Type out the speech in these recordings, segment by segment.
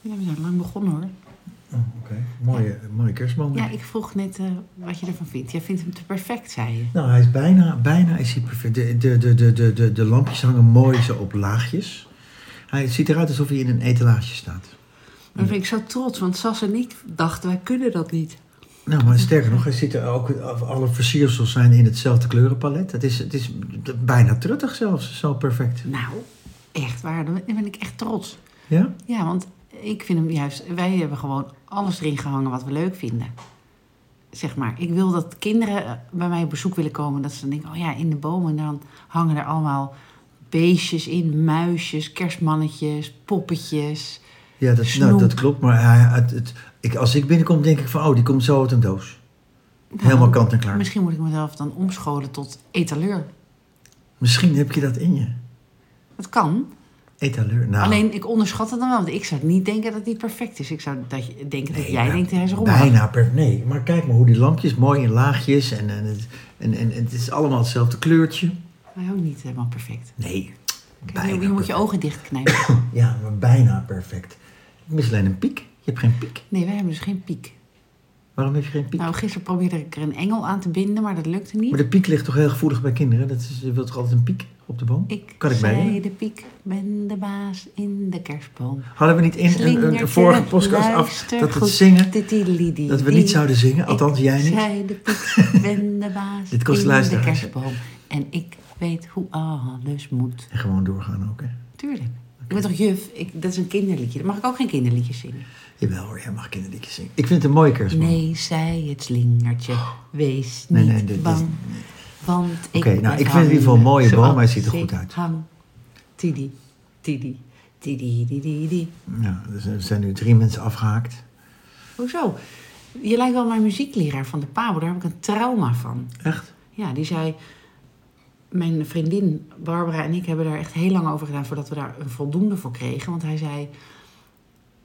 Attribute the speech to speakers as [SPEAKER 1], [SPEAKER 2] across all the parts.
[SPEAKER 1] Ja, we zijn lang begonnen hoor.
[SPEAKER 2] Oh, oké. Mooie, mooie kerstman.
[SPEAKER 1] Ja, ik vroeg net eh, wat je ervan vindt. Jij vindt hem te perfect, zei je.
[SPEAKER 2] Nou, hij is bijna, bijna is hij perfect. De, de, de, de, de, de, de lampjes hangen mooi zo op laagjes. Hij het ziet eruit alsof hij in een etalage staat.
[SPEAKER 1] Dan ben ik zo trots, want Sas en ik dachten, wij kunnen dat niet.
[SPEAKER 2] Nou, maar sterker nog, er zitten ook alle versiersels zijn in hetzelfde kleurenpalet. Het is, het is bijna truttig zelfs, zo perfect.
[SPEAKER 1] Nou, echt waar, dan ben ik echt trots.
[SPEAKER 2] Ja?
[SPEAKER 1] Ja, want ik vind hem juist... Wij hebben gewoon alles erin gehangen wat we leuk vinden. Zeg maar, ik wil dat kinderen eh, bij mij op bezoek willen komen. Dat ze dan denken, oh ja, in de bomen. En dan hangen er allemaal beestjes in, muisjes, kerstmannetjes, poppetjes.
[SPEAKER 2] Ja, dat, nou,
[SPEAKER 1] Snoep.
[SPEAKER 2] dat klopt. Maar hij, het, het- ik, als ik binnenkom, denk ik van, oh, die komt zo uit een doos. Helemaal kant en klaar.
[SPEAKER 1] Misschien moet ik mezelf dan omscholen tot etaleur.
[SPEAKER 2] Misschien heb je dat in je.
[SPEAKER 1] Dat kan.
[SPEAKER 2] Etaleur. Nou,
[SPEAKER 1] Alleen ik onderschat het dan wel, want ik zou niet denken dat die perfect is. Ik zou dat je, denken dat
[SPEAKER 2] nee,
[SPEAKER 1] jij
[SPEAKER 2] maar
[SPEAKER 1] denkt hij is rommelig.
[SPEAKER 2] Bijna per... Nee, maar kijk maar hoe die lampjes, mooi in laagjes. En, en, het, en, en het is allemaal hetzelfde kleurtje.
[SPEAKER 1] Maar ook niet helemaal perfect.
[SPEAKER 2] Nee,
[SPEAKER 1] Kijk,
[SPEAKER 2] bijna
[SPEAKER 1] je, je moet je
[SPEAKER 2] perfect.
[SPEAKER 1] ogen dichtknijpen.
[SPEAKER 2] Ja, maar bijna perfect. Ik mis alleen een piek. Je hebt geen piek.
[SPEAKER 1] Nee, wij hebben dus geen piek.
[SPEAKER 2] Waarom heb je geen piek?
[SPEAKER 1] Nou, gisteren probeerde ik er een engel aan te binden, maar dat lukte niet.
[SPEAKER 2] Maar de piek ligt toch heel gevoelig bij kinderen? Dat is, je wilt toch altijd een piek op de boom?
[SPEAKER 1] Ik,
[SPEAKER 2] kan ik
[SPEAKER 1] zei
[SPEAKER 2] mee?
[SPEAKER 1] de piek, ben de baas in de kerstboom.
[SPEAKER 2] Hadden we niet in een- een, een
[SPEAKER 1] Slingertje,
[SPEAKER 2] vorige podcast af
[SPEAKER 1] luister
[SPEAKER 2] dat we
[SPEAKER 1] goed,
[SPEAKER 2] het zingen,
[SPEAKER 1] tittilidi.
[SPEAKER 2] dat we niet zouden zingen? Althans,
[SPEAKER 1] Ik
[SPEAKER 2] jij niet.
[SPEAKER 1] zei de piek, ben de baas
[SPEAKER 2] Dit kost
[SPEAKER 1] in de
[SPEAKER 2] luisteraars, hè?
[SPEAKER 1] kerstboom. En ik weet hoe alles moet.
[SPEAKER 2] En gewoon doorgaan ook, hè?
[SPEAKER 1] Tuurlijk. Ik ben toch juf? Ik, dat is een kinderliedje. Dan mag ik ook geen kinderliedje zingen.
[SPEAKER 2] Jawel hoor, jij mag kinderliedjes zingen. Ik vind het een mooie kerstman.
[SPEAKER 1] Nee, zij het slingertje. Wees
[SPEAKER 2] Nee,
[SPEAKER 1] niet
[SPEAKER 2] nee, dit- dit-
[SPEAKER 1] bang. Want ik
[SPEAKER 2] Oké, nou,
[SPEAKER 1] ben
[SPEAKER 2] ik vind het in ieder geval een
[SPEAKER 1] hangen
[SPEAKER 2] mooie boom,
[SPEAKER 1] zoals
[SPEAKER 2] hij ziet er goed
[SPEAKER 1] ik
[SPEAKER 2] uit.
[SPEAKER 1] Hang. Tidi, tidi, tidi, tidi, tidi.
[SPEAKER 2] Ja, dus er zijn nu drie mensen afgehaakt.
[SPEAKER 1] Hoezo? Je lijkt wel mijn muziekleraar van de Pabo. Daar heb ik een trauma van.
[SPEAKER 2] Echt?
[SPEAKER 1] Ja, die zei... Mijn vriendin Barbara en ik hebben daar echt heel lang over gedaan... voordat we daar een voldoende voor kregen. Want hij zei...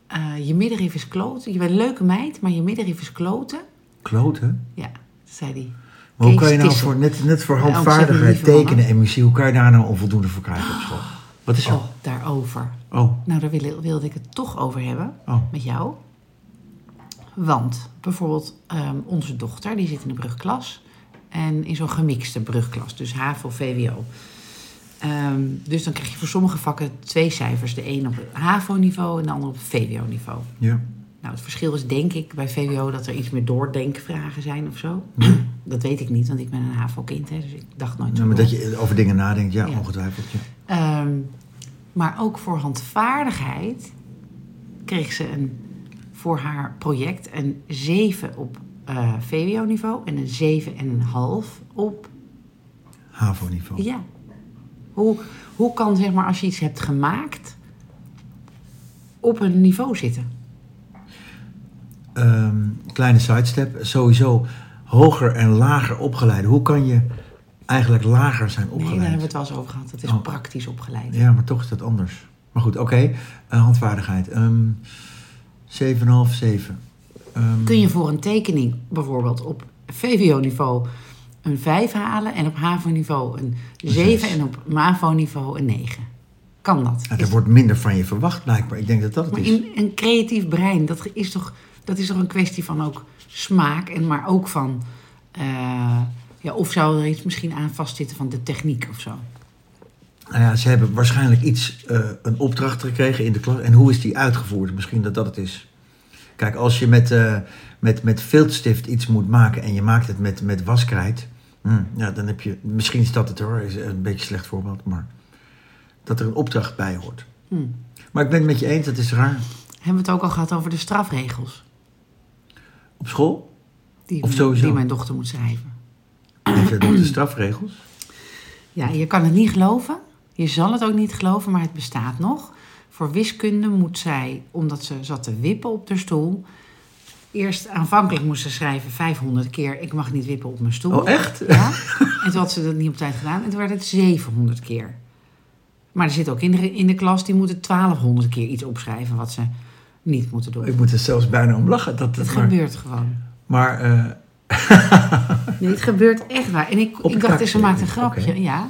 [SPEAKER 1] eh, je middenrif is kloten. Je bent een leuke meid, maar je middenrif is kloten.
[SPEAKER 2] Kloten?
[SPEAKER 1] Ja, dat zei hij.
[SPEAKER 2] Maar hoe
[SPEAKER 1] Kees
[SPEAKER 2] kan je nou
[SPEAKER 1] Tissel.
[SPEAKER 2] voor, net, net voor
[SPEAKER 1] Ja, ontzettend
[SPEAKER 2] handvaardigheid
[SPEAKER 1] lieve mama.
[SPEAKER 2] tekenen en muziek, hoe kan je daar nou onvoldoende voor krijgen op school? Wat is dat?
[SPEAKER 1] Oh, daarover.
[SPEAKER 2] Oh,
[SPEAKER 1] Nou, daar wil- wilde ik het toch over hebben
[SPEAKER 2] oh.
[SPEAKER 1] met jou. Want bijvoorbeeld ehm, onze dochter, die zit in de brugklas. En in zo'n gemixte brugklas, dus HAVO, VWO. Ehm, dus dan krijg je voor sommige vakken twee cijfers. De een op het HAVO-niveau en de ander op het VWO-niveau.
[SPEAKER 2] Ja.
[SPEAKER 1] Nou, het verschil is denk ik bij VWO dat er iets meer doordenkvragen zijn of zo. Dat weet ik niet, want ik ben een HAVO-kind, hè, dus ik dacht nooit zo.
[SPEAKER 2] Nou, maar
[SPEAKER 1] door.
[SPEAKER 2] dat je over dingen nadenkt, ja,
[SPEAKER 1] Ja.
[SPEAKER 2] ongetwijfeld. Ja.
[SPEAKER 1] Ehm, maar ook voor handvaardigheid kreeg ze een, voor haar project een 7 op eh, VWO-niveau en een 7,5 op.
[SPEAKER 2] HAVO-niveau.
[SPEAKER 1] Ja. Hoe, hoe kan, zeg maar, als je iets hebt gemaakt, op een niveau zitten?
[SPEAKER 2] Ehm, kleine sidestep. Sowieso hoger en lager opgeleid. Hoe kan je eigenlijk lager zijn
[SPEAKER 1] Nee, daar
[SPEAKER 2] opgeleid?
[SPEAKER 1] hebben we het wel eens over gehad. Het is
[SPEAKER 2] Oh.
[SPEAKER 1] praktisch opgeleid.
[SPEAKER 2] Ja, maar toch is dat anders. Maar goed, oké. Eh, handvaardigheid. Ehm 7,5, 7. Ehm,
[SPEAKER 1] Kun je voor een tekening bijvoorbeeld op VWO-niveau een 5 halen en op HAVO-niveau een 7
[SPEAKER 2] zes.
[SPEAKER 1] en op MAVO-niveau een 9? Kan dat?
[SPEAKER 2] ja,
[SPEAKER 1] Is-
[SPEAKER 2] Nou, er wordt minder van je verwacht, blijkbaar. Ik denk dat dat het dus.
[SPEAKER 1] maar
[SPEAKER 2] is.
[SPEAKER 1] in een creatief brein, dat is, toch, dat is toch een kwestie van ook smaak en maar ook van. eh, ja, of zou er iets misschien aan vastzitten van de techniek of zo?
[SPEAKER 2] Nou ja, ze hebben waarschijnlijk iets, eh, een opdracht gekregen in de klas. En hoe is die uitgevoerd? Misschien dat dat het is. Kijk, als je met, eh, met, met viltstift iets moet maken en je maakt het met, met waskrijt. hm, ja, dan heb je, misschien is dat het hoor, is een beetje een slecht voorbeeld. Maar dat er een opdracht bij hoort.
[SPEAKER 1] Hm.
[SPEAKER 2] Maar ik ben het met je eens, dat is raar.
[SPEAKER 1] Hebben we het ook al gehad over de strafregels
[SPEAKER 2] Op school
[SPEAKER 1] die,
[SPEAKER 2] Of sowieso.
[SPEAKER 1] die mijn dochter moet schrijven?
[SPEAKER 2] heeft dat nog de strafregels.
[SPEAKER 1] Ja, je kan het niet geloven. Je zal het ook niet geloven, maar het bestaat nog. Voor wiskunde moet zij, omdat ze zat te wippen op de stoel... Eerst aanvankelijk moest ze schrijven 500 keer... ik mag niet wippen op mijn stoel.
[SPEAKER 2] Oh, echt?
[SPEAKER 1] Ja. En toen had ze dat niet op tijd gedaan. En toen werd het 700 keer. Maar er zitten ook kinderen in de klas... die moeten 1200 keer iets opschrijven wat ze niet moeten doen.
[SPEAKER 2] Ik moet er zelfs bijna om lachen. Dat,
[SPEAKER 1] Dat
[SPEAKER 2] het maar
[SPEAKER 1] gebeurt gewoon.
[SPEAKER 2] maar eh,
[SPEAKER 1] Nee, het gebeurt echt waar. En ik,
[SPEAKER 2] Op
[SPEAKER 1] ik dacht,
[SPEAKER 2] tax-
[SPEAKER 1] ze maakt een grapje.
[SPEAKER 2] Oké.
[SPEAKER 1] Ja.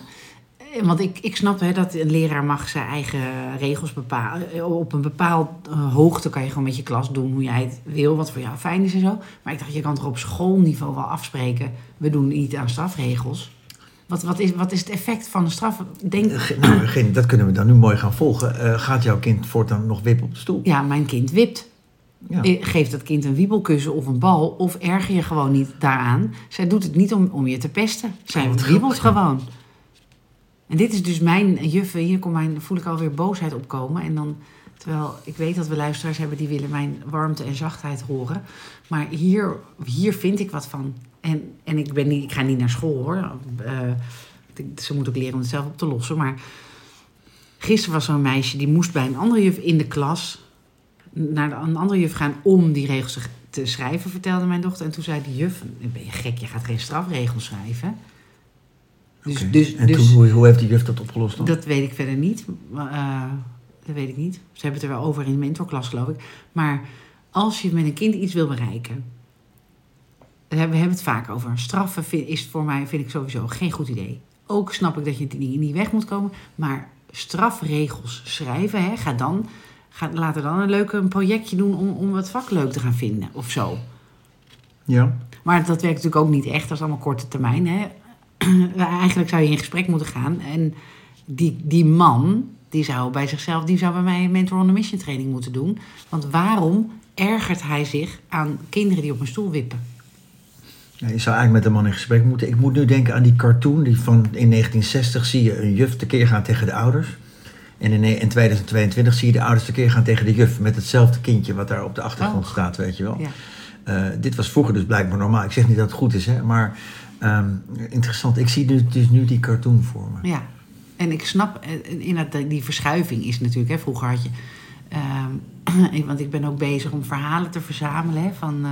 [SPEAKER 1] Want ik, ik snap hè, dat een leraar mag zijn eigen regels bepalen. Op een bepaald eh, hoogte kan je gewoon met je klas doen hoe jij het wil, wat voor jou fijn is en zo. Maar ik dacht, je kan toch op schoolniveau wel afspreken, we doen niet aan strafregels. Wat, wat, is, wat is het effect van een straf? Denk,
[SPEAKER 2] Eh, ge- nou, geen, dat kunnen we dan nu mooi gaan volgen. Eh, gaat jouw kind voortaan nog wip op de stoel?
[SPEAKER 1] ja, mijn kind wipt.
[SPEAKER 2] Ja.
[SPEAKER 1] Eh, Geef dat kind een wiebelkussen of een bal of erger je gewoon niet daaraan. Zij doet het niet om, om je te pesten. Zij
[SPEAKER 2] Oh, wat
[SPEAKER 1] wiebelt
[SPEAKER 2] grappig, ja.
[SPEAKER 1] gewoon. En dit is dus mijn juffen. Hier komt mijn, voel ik alweer boosheid opkomen. En dan, terwijl ik weet dat we luisteraars hebben die willen mijn warmte en zachtheid horen. Maar hier, hier vind ik wat van. En, en ik, ben niet, ik ga niet naar school hoor. Eh, ik- ze moet ook leren om het zelf op te lossen. Maar gisteren was zo'n meisje die moest bij een andere juf in de klas naar de- een andere juf gaan om die regels te- te schrijven, vertelde mijn dochter. En toen zei die juf, ben je gek, je gaat geen strafregels schrijven. Dus,
[SPEAKER 2] Oké.
[SPEAKER 1] dus,
[SPEAKER 2] en
[SPEAKER 1] dus
[SPEAKER 2] toen, hoe, hoe heeft die juf dat opgelost dan?
[SPEAKER 1] dat weet ik verder niet. Maar, eh, dat weet ik niet. Ze hebben het er wel over in de mentorklas, geloof ik. Maar als je met een kind iets wil bereiken... We hebben we hebben het vaak over. Straffen vind, is voor mij, vind ik sowieso geen goed idee. Ook snap ik dat je niet, niet weg moet komen. Maar strafregels schrijven, hè, ga dan... Ga, laat er dan een leuk een projectje doen om, om het vak leuk te gaan vinden of zo.
[SPEAKER 2] Ja.
[SPEAKER 1] Maar dat werkt natuurlijk ook niet echt. Dat is allemaal korte termijn. Hè? Eigenlijk zou je in gesprek moeten gaan. En die, die man, die zou bij zichzelf... die zou bij mij een mentor on a mission training moeten doen. Want waarom ergert hij zich aan kinderen die op een stoel wippen?
[SPEAKER 2] Ja, je zou eigenlijk met een man in gesprek moeten. Ik moet nu denken aan die cartoon die van in 1960 zie je een juf tekeer gaan tegen de ouders. En in, in 2022 zie je de ouders tekeer gaan tegen de juf met hetzelfde kindje wat daar op de achtergrond
[SPEAKER 1] Oh.
[SPEAKER 2] staat, weet je wel.
[SPEAKER 1] Ja.
[SPEAKER 2] Eh, dit was vroeger dus blijkbaar normaal. Ik zeg niet dat het goed is, hè, maar ehm, interessant. Ik zie nu, dus nu die cartoon voor me.
[SPEAKER 1] Ja, en ik snap, eh, eh, inderdaad, die- die verschuiving is natuurlijk, hè, vroeger had je. ehm, ik- want ik ben ook bezig om verhalen te verzamelen hè, van, eh,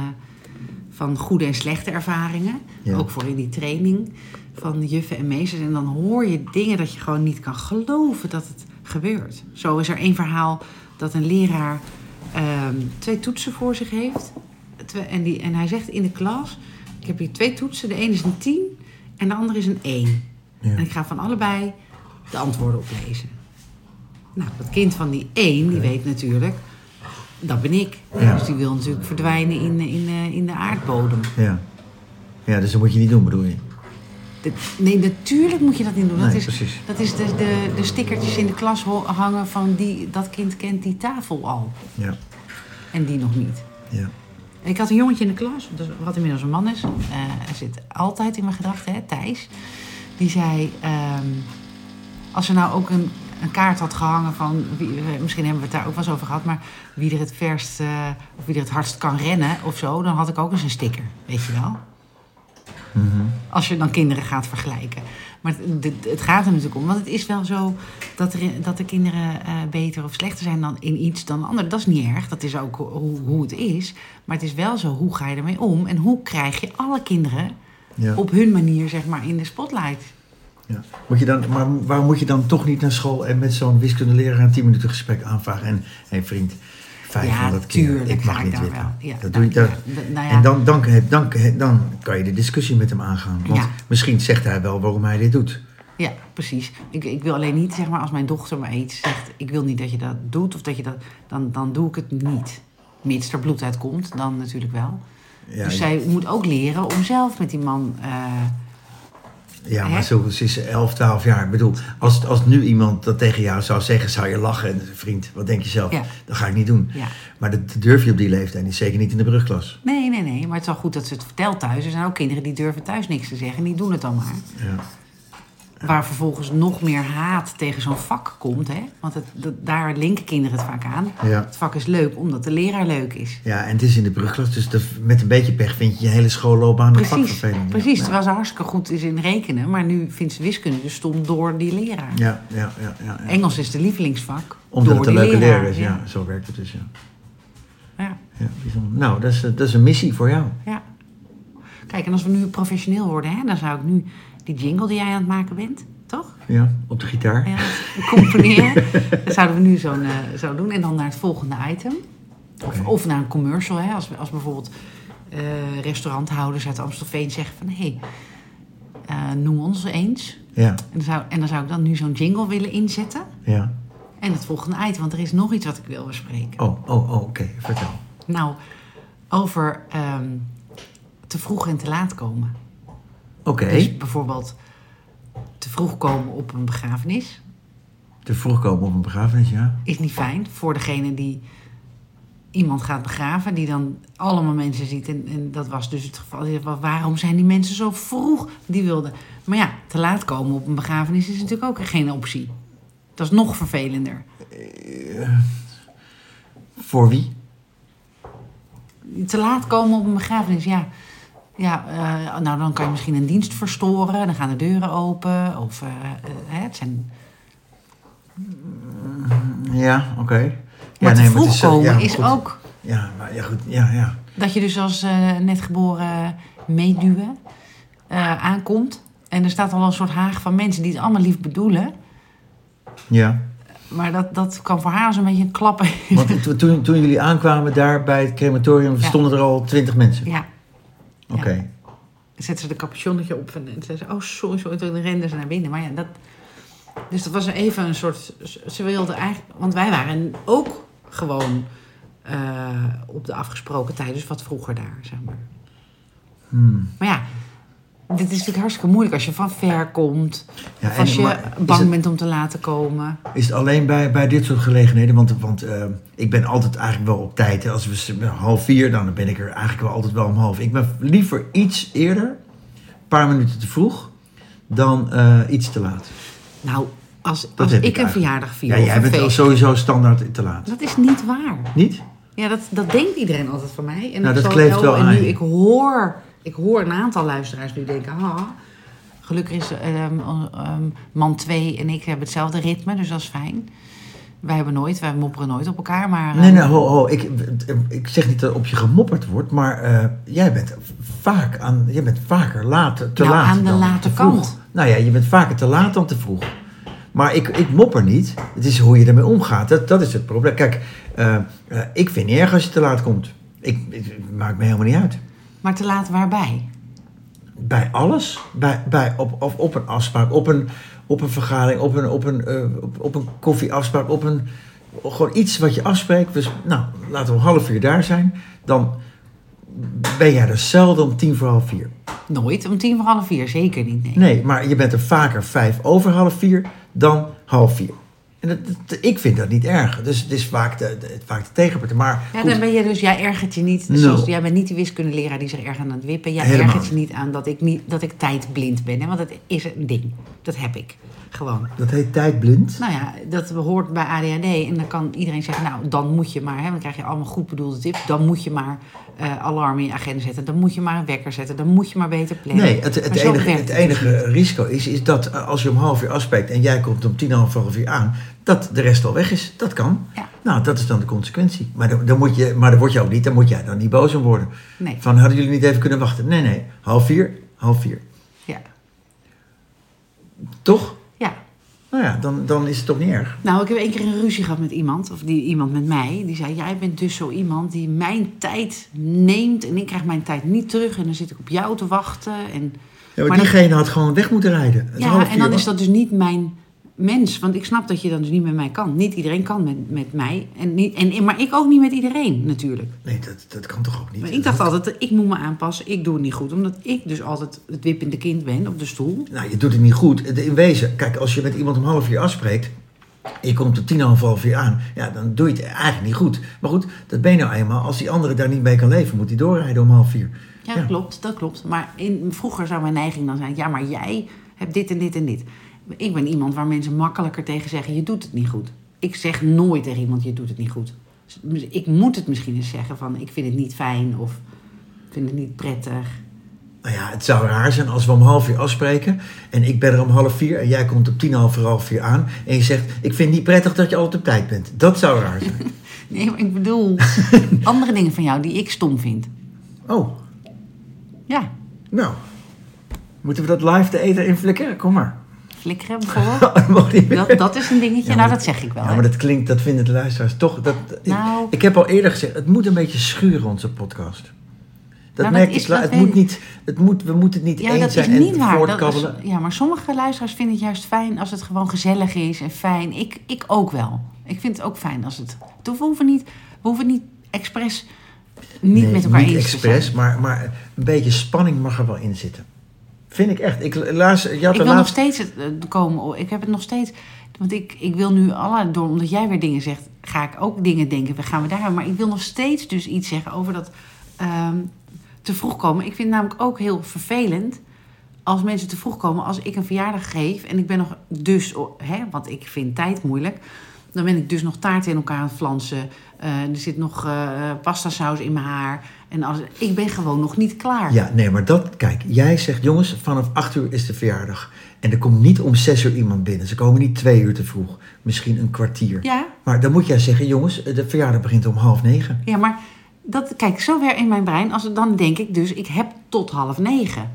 [SPEAKER 1] van goede en slechte ervaringen.
[SPEAKER 2] Ja.
[SPEAKER 1] Ook voor in die training van juffen en meesters. En dan hoor je dingen dat je gewoon niet kan geloven dat het gebeurt. Zo is er één verhaal dat een leraar ehm, twee toetsen voor zich heeft. Twee- En, die, en hij zegt in de klas: Ik heb hier twee toetsen. De ene is een 10 en de andere is een 1.
[SPEAKER 2] Ja.
[SPEAKER 1] En ik ga van allebei de antwoorden oplezen. Nou, dat kind van die één, die weet natuurlijk, "Oh, dat ben ik.
[SPEAKER 2] Ja.
[SPEAKER 1] Dus die wil natuurlijk verdwijnen in, in, eh, in de aardbodem.
[SPEAKER 2] Ja. ja, dus dat moet je niet doen, bedoel je?
[SPEAKER 1] Dat- nee, natuurlijk moet je dat niet doen. dat
[SPEAKER 2] Nee,
[SPEAKER 1] is,
[SPEAKER 2] precies.
[SPEAKER 1] Dat is de, de, de stickertjes in de klas ho- hangen van die, dat kind kent die tafel al.
[SPEAKER 2] Ja.
[SPEAKER 1] En die nog niet.
[SPEAKER 2] ja.
[SPEAKER 1] Ik had een jongetje in de klas, dus wat inmiddels een man is. eh, hij zit altijd in mijn gedachten, hè, Thijs. Die zei, ehm, als er nou ook een, een kaart had gehangen van... Wie, eh, misschien hebben we het daar ook wel eens over gehad... maar wie er het verst eh, of wie er het hardst kan rennen of zo... dan had ik ook eens een sticker, weet je wel? Als je dan kinderen gaat vergelijken. Maar het, het- het gaat er natuurlijk om. Want het is wel zo dat, er, dat de kinderen eh, beter of slechter zijn dan in iets dan de ander. Dat is niet erg. Dat is ook ho- hoe, hoe het is. Maar het is wel zo, hoe ga je ermee om? En hoe krijg je alle kinderen
[SPEAKER 2] Ja.
[SPEAKER 1] op hun manier, zeg maar, in de spotlight?
[SPEAKER 2] Ja. Moet je dan, maar waarom moet je dan toch niet naar school en met zo'n wiskundeleraar een 10 minuten gesprek aanvragen? En hé vriend, 500 keer, ik mag
[SPEAKER 1] ga
[SPEAKER 2] niet
[SPEAKER 1] daar
[SPEAKER 2] wippen.
[SPEAKER 1] wel. Ja,
[SPEAKER 2] dat doe
[SPEAKER 1] nou,
[SPEAKER 2] je, dat,
[SPEAKER 1] ja, d- nou ja.
[SPEAKER 2] En dan, dan, dan, dan kan je de discussie met hem aangaan. Want
[SPEAKER 1] Ja.
[SPEAKER 2] misschien zegt hij wel waarom hij dit doet.
[SPEAKER 1] Ja, precies. Ik, ik wil alleen niet, zeg maar, als mijn dochter maar iets zegt... ik wil niet dat je dat doet of dat je dat... dan, dan doe ik het niet. Mits er bloed uitkomt, dan natuurlijk wel.
[SPEAKER 2] Ja,
[SPEAKER 1] dus zij moet ook leren om zelf met die man... eh,
[SPEAKER 2] ja
[SPEAKER 1] hè?
[SPEAKER 2] maar zo, ze is 11, 12 jaar. Ik bedoel, als, als nu iemand dat tegen jou zou zeggen, zou je lachen. En vriend, wat denk je zelf?
[SPEAKER 1] Ja.
[SPEAKER 2] Dat ga ik niet doen.
[SPEAKER 1] Ja.
[SPEAKER 2] Maar dat durf je op die leeftijd niet. Zeker niet in de brugklas.
[SPEAKER 1] nee, nee, nee, maar het is wel goed dat ze het vertelt thuis. Er zijn ook kinderen die durven thuis niks te zeggen. en Die doen het dan maar.
[SPEAKER 2] Ja.
[SPEAKER 1] Waar vervolgens nog meer haat tegen zo'n vak komt. Hè? Want het, dat, daar linken kinderen het vaak aan.
[SPEAKER 2] Ja.
[SPEAKER 1] Het vak is leuk omdat de leraar leuk is.
[SPEAKER 2] Ja, en het is in de brugklas, dus de- met een beetje pech vind je je hele schoolloopbaan een vak
[SPEAKER 1] Precies,
[SPEAKER 2] vervelend.
[SPEAKER 1] precies. Terwijl ze hartstikke goed is in rekenen. Maar nu vindt ze wiskunde dus stom door die leraar.
[SPEAKER 2] Ja, ja, ja. ja, ja.
[SPEAKER 1] Engels is de lievelingsvak.
[SPEAKER 2] Omdat
[SPEAKER 1] door
[SPEAKER 2] het een
[SPEAKER 1] die
[SPEAKER 2] leuke
[SPEAKER 1] leraar,
[SPEAKER 2] leer is, ja. Zo werkt het dus, ja.
[SPEAKER 1] ja. ja.
[SPEAKER 2] ja bijzonder. nou, dat is, eh, dat is een missie voor jou.
[SPEAKER 1] Ja. Kijk, en als we nu professioneel worden, hè, dan zou ik nu die jingle die jij aan het maken bent, toch?
[SPEAKER 2] Ja, op de gitaar.
[SPEAKER 1] Ja, componeren. dat zouden we nu zo, zo doen. En dan naar het volgende item. Of,
[SPEAKER 2] Oké.
[SPEAKER 1] of naar een commercial. Hè, als, als bijvoorbeeld eh, restauranthouders uit Amstelveen zeggen van... hé, hey, eh, noem ons eens.
[SPEAKER 2] Ja,
[SPEAKER 1] En dan, zou, en dan zou ik dan nu zo'n jingle willen inzetten.
[SPEAKER 2] ja.
[SPEAKER 1] En het volgende item, want er is nog iets wat ik wil bespreken.
[SPEAKER 2] Oh, oh, oh oké, vertel.
[SPEAKER 1] Nou, over ehm, te vroeg en te laat komen.
[SPEAKER 2] Oké,
[SPEAKER 1] Dus bijvoorbeeld te vroeg komen op een begrafenis
[SPEAKER 2] te vroeg komen op een begrafenis, ja.
[SPEAKER 1] is niet fijn voor degene die iemand gaat begraven, die dan allemaal mensen ziet. En, en dat was dus het geval. Die dacht, "Wa- Waarom zijn die mensen zo vroeg? Die wilden. Maar ja, te laat komen op een begrafenis is natuurlijk ook geen optie. Dat is nog vervelender.
[SPEAKER 2] Voor wie?
[SPEAKER 1] te laat komen op een begrafenis, ja. Ja, eh, nou dan kan je misschien een dienst verstoren. Dan gaan de deuren open. Of eh, eh, hè, het zijn...
[SPEAKER 2] Ja, oké.
[SPEAKER 1] Maar
[SPEAKER 2] ja,
[SPEAKER 1] te
[SPEAKER 2] nee,
[SPEAKER 1] vroeg
[SPEAKER 2] het zo-
[SPEAKER 1] komen
[SPEAKER 2] ja,
[SPEAKER 1] is
[SPEAKER 2] goed.
[SPEAKER 1] ook
[SPEAKER 2] Ja, maar ja, goed, ja, ja.
[SPEAKER 1] dat je dus als eh, net geboren meeduwen eh, aankomt. En er staat al een soort haag van mensen die het allemaal lief bedoelen.
[SPEAKER 2] Ja,
[SPEAKER 1] Maar dat, dat kan voor haar als een beetje een klap.
[SPEAKER 2] want to- toen, toen jullie aankwamen daar bij het crematorium
[SPEAKER 1] Ja.
[SPEAKER 2] stonden er al twintig mensen.
[SPEAKER 1] ja,
[SPEAKER 2] Oké,
[SPEAKER 1] zet ze de capuchonnetje op en en zei ze, oh sorry, sorry, toen renden ze naar binnen. Maar ja, dat... Dus dat was even een soort, ze wilde eigenlijk, want wij waren ook gewoon eh, op de afgesproken tijd, dus wat vroeger daar, zeg maar.
[SPEAKER 2] Hmm.
[SPEAKER 1] Maar ja, dit is natuurlijk hartstikke moeilijk als je van ver komt,
[SPEAKER 2] Ja,
[SPEAKER 1] of
[SPEAKER 2] en-
[SPEAKER 1] als je
[SPEAKER 2] maar is
[SPEAKER 1] bang
[SPEAKER 2] het-
[SPEAKER 1] bent om te laten komen.
[SPEAKER 2] Is het alleen bij, bij dit soort gelegenheden? Want, want eh, ik ben altijd eigenlijk wel op tijd. hè. Als we s- eh, half vier, dan ben ik er eigenlijk wel altijd wel om half. Ik ben liever iets eerder, een paar minuten te vroeg, dan eh, iets te laat.
[SPEAKER 1] Nou, als, als ik,
[SPEAKER 2] heb ik
[SPEAKER 1] een
[SPEAKER 2] eigenlijk.
[SPEAKER 1] verjaardag vier
[SPEAKER 2] Ja,
[SPEAKER 1] of
[SPEAKER 2] jij
[SPEAKER 1] een
[SPEAKER 2] bent al
[SPEAKER 1] feest,
[SPEAKER 2] sowieso standaard te laat.
[SPEAKER 1] dat is niet waar.
[SPEAKER 2] Niet?
[SPEAKER 1] Ja, dat, dat denkt iedereen altijd van mij. En
[SPEAKER 2] Nou,
[SPEAKER 1] ik
[SPEAKER 2] dat
[SPEAKER 1] zal-
[SPEAKER 2] kleeft
[SPEAKER 1] oh,
[SPEAKER 2] wel
[SPEAKER 1] en
[SPEAKER 2] aan
[SPEAKER 1] Nu,
[SPEAKER 2] je.
[SPEAKER 1] ik, hoor, ik hoor een aantal luisteraars nu denken... Ah, gelukkig is ehm, ehm, man 2 en ik hebben hetzelfde ritme, dus dat is fijn. Wij hebben nooit, wij mopperen nooit op elkaar, maar...
[SPEAKER 2] Nee, nou.
[SPEAKER 1] ehm,
[SPEAKER 2] nee, ho, ho. Ik, ik zeg niet dat op je gemopperd wordt, maar eh, jij bent vaak aan, jij bent vaker laat, te
[SPEAKER 1] Nou,
[SPEAKER 2] laat.
[SPEAKER 1] aan de
[SPEAKER 2] dan
[SPEAKER 1] late
[SPEAKER 2] te vroeg.
[SPEAKER 1] kant.
[SPEAKER 2] Nou ja, je bent vaker te laat dan te vroeg. Maar ik, ik mopper niet. Het is hoe je ermee omgaat. Dat, dat is het probleem. Kijk, eh, eh, ik vind het niet erg als je te laat komt. Ik, het maakt me helemaal niet uit.
[SPEAKER 1] Maar te laat waarbij?
[SPEAKER 2] Bij alles. Bij, bij, op, op, op een afspraak, op een, op een vergadering, op een, op, een, eh, op, op een koffieafspraak, op een, gewoon iets wat je afspreekt. Dus nou, laten we om half uur daar zijn. Dan ben jij er zelden om tien voor half vier.
[SPEAKER 1] Nooit, om tien voor half vier, zeker niet, nee.
[SPEAKER 2] Nee, maar je bent er vaker vijf over half vier dan half vier. En dat, dat- ik vind dat niet erg. Dus het is vaak de, de, vaak de tegenpartij. Maar
[SPEAKER 1] Ja,
[SPEAKER 2] goed,
[SPEAKER 1] dan ben je dus, jij ergert je niet.
[SPEAKER 2] No.
[SPEAKER 1] Zoals, jij bent niet de wiskundeleraar die zich erg aan het wippen. Jij
[SPEAKER 2] Helemaal
[SPEAKER 1] ergert je niet aan dat ik, niet, dat ik tijdblind ben. Hè? Want dat is een ding. Dat heb ik. Gewoon.
[SPEAKER 2] dat heet tijdblind.
[SPEAKER 1] Nou ja, dat hoort bij ADHD. En dan kan iedereen zeggen, nou, dan moet je maar... Hè, dan krijg je allemaal goed bedoelde tips. Dan moet je maar eh, alarm in je agenda zetten. Dan moet je maar een wekker zetten. Dan moet je maar beter plannen.
[SPEAKER 2] Nee, het, het
[SPEAKER 1] Maar zo
[SPEAKER 2] enige,
[SPEAKER 1] werkt
[SPEAKER 2] het
[SPEAKER 1] dus
[SPEAKER 2] enige
[SPEAKER 1] niet.
[SPEAKER 2] risico is, is dat eh, als je om half uur afspreekt en jij komt om tien, half, half uur aan, dat de rest al weg is. Dat kan.
[SPEAKER 1] Ja.
[SPEAKER 2] Nou, dat is dan de consequentie. Maar dan, dan moet je, maar dan word je ook niet, dan moet jij dan niet boos om worden.
[SPEAKER 1] Nee.
[SPEAKER 2] Van hadden jullie niet even kunnen wachten? Nee, nee. Half vier, half vier.
[SPEAKER 1] Ja.
[SPEAKER 2] Toch?
[SPEAKER 1] ja.
[SPEAKER 2] Nou ja, dan, dan is het toch niet erg.
[SPEAKER 1] Nou, ik heb één keer een ruzie gehad met iemand. Of die, iemand met mij. Die zei, jij bent dus zo iemand die mijn tijd neemt. En ik krijg mijn tijd niet terug. En dan zit ik op jou te wachten. En...
[SPEAKER 2] Ja, maar,
[SPEAKER 1] Maar
[SPEAKER 2] diegene had gewoon weg moeten rijden. Het half
[SPEAKER 1] Ja,
[SPEAKER 2] uur
[SPEAKER 1] en dan
[SPEAKER 2] was-
[SPEAKER 1] is dat dus niet mijn mens. Want ik snap dat je dan dus niet met mij kan. Niet iedereen kan met, met mij. En niet, en, maar ik ook niet met iedereen, natuurlijk.
[SPEAKER 2] Nee, dat, dat kan toch ook niet.
[SPEAKER 1] Maar ik dacht altijd, ik moet me aanpassen. Ik doe het niet goed. Omdat ik dus altijd het wippende kind ben op de stoel.
[SPEAKER 2] Nou, je doet het niet goed. De- In wezen, kijk, als je met iemand om half uur afspreekt... je komt om tien, half, half uur aan... ja, dan doe je het eigenlijk niet goed. Maar goed, dat ben je nou eenmaal. Als die andere daar niet mee kan leven, moet die doorrijden om half vier.
[SPEAKER 1] Ja, klopt. Dat klopt. Maar in, vroeger zou mijn neiging dan zijn, ja, maar jij hebt dit en dit en dit. Ik ben iemand waar mensen makkelijker tegen zeggen, je doet het niet goed. Ik zeg nooit tegen iemand, je doet het niet goed. Dus Ik moet het misschien eens zeggen van, ik vind het niet fijn of ik vind het niet prettig.
[SPEAKER 2] Nou ja, het zou raar zijn als we om half uur afspreken... en ik ben er om half vier en jij komt om tien, half, half vier aan... en je zegt, ik vind het niet prettig dat je altijd op tijd bent. Dat zou raar zijn.
[SPEAKER 1] Nee, maar ik bedoel andere dingen van jou die ik stom vind.
[SPEAKER 2] Oh,
[SPEAKER 1] Ja,
[SPEAKER 2] nou... Moeten we dat live te eten inflikken? Kom maar.
[SPEAKER 1] flikkeren bijvoorbeeld.
[SPEAKER 2] Dat mag niet meer.
[SPEAKER 1] Dat, dat is een dingetje.
[SPEAKER 2] Ja, maar
[SPEAKER 1] nou, dat zeg ik wel.
[SPEAKER 2] Ja,
[SPEAKER 1] hè.
[SPEAKER 2] maar dat klinkt, dat vinden de luisteraars toch. Dat, ik-
[SPEAKER 1] Nou.
[SPEAKER 2] ik, heb al eerder gezegd, het moet een beetje schuren, onze podcast. Dat
[SPEAKER 1] Nou, dat
[SPEAKER 2] merk je
[SPEAKER 1] is-
[SPEAKER 2] klaar.
[SPEAKER 1] dat
[SPEAKER 2] Het
[SPEAKER 1] weet
[SPEAKER 2] moet
[SPEAKER 1] ik.
[SPEAKER 2] niet, het moet, we moeten het niet
[SPEAKER 1] Ja,
[SPEAKER 2] eens
[SPEAKER 1] dat is
[SPEAKER 2] zijn en
[SPEAKER 1] niet waar. Dat is,
[SPEAKER 2] voortkabbelen.
[SPEAKER 1] ja, maar sommige luisteraars vinden het juist fijn als het gewoon gezellig is en fijn. Ik, ik ook wel. Ik vind het ook fijn als het. Toch we hoeven niet, we hoeven niet expres niet
[SPEAKER 2] Nee,
[SPEAKER 1] met elkaar
[SPEAKER 2] niet
[SPEAKER 1] eens te
[SPEAKER 2] expres,
[SPEAKER 1] zijn.
[SPEAKER 2] maar, maar een beetje spanning mag er wel in zitten. Vind ik echt. Ik, laas, je had
[SPEAKER 1] Ik
[SPEAKER 2] de
[SPEAKER 1] wil nog
[SPEAKER 2] laatste...
[SPEAKER 1] steeds het, eh, komen. Ik heb het nog steeds. Want ik, ik wil nu alle door, omdat jij weer dingen zegt, ga ik ook dingen denken. We gaan we daar. Maar ik wil nog steeds dus iets zeggen over dat ehm, te vroeg komen. Ik vind het namelijk ook heel vervelend als mensen te vroeg komen. Als ik een verjaardag geef en ik ben nog dus, oh, hè, want ik vind tijd moeilijk. Dan ben ik dus nog taarten in elkaar aan het flansen. Eh, er zit nog eh pastasaus in mijn haar. En als, ik ben gewoon nog niet klaar.
[SPEAKER 2] Ja, nee, maar dat... Kijk, jij zegt, jongens, vanaf 8 uur is de verjaardag. En er komt niet om 6 uur iemand binnen. Ze komen niet twee uur te vroeg. Misschien een kwartier.
[SPEAKER 1] ja?
[SPEAKER 2] Maar dan moet jij zeggen, jongens, de verjaardag begint om half negen.
[SPEAKER 1] Ja, maar dat, kijk, zo ver in mijn brein. Als, het- dan denk ik dus, ik heb tot half negen.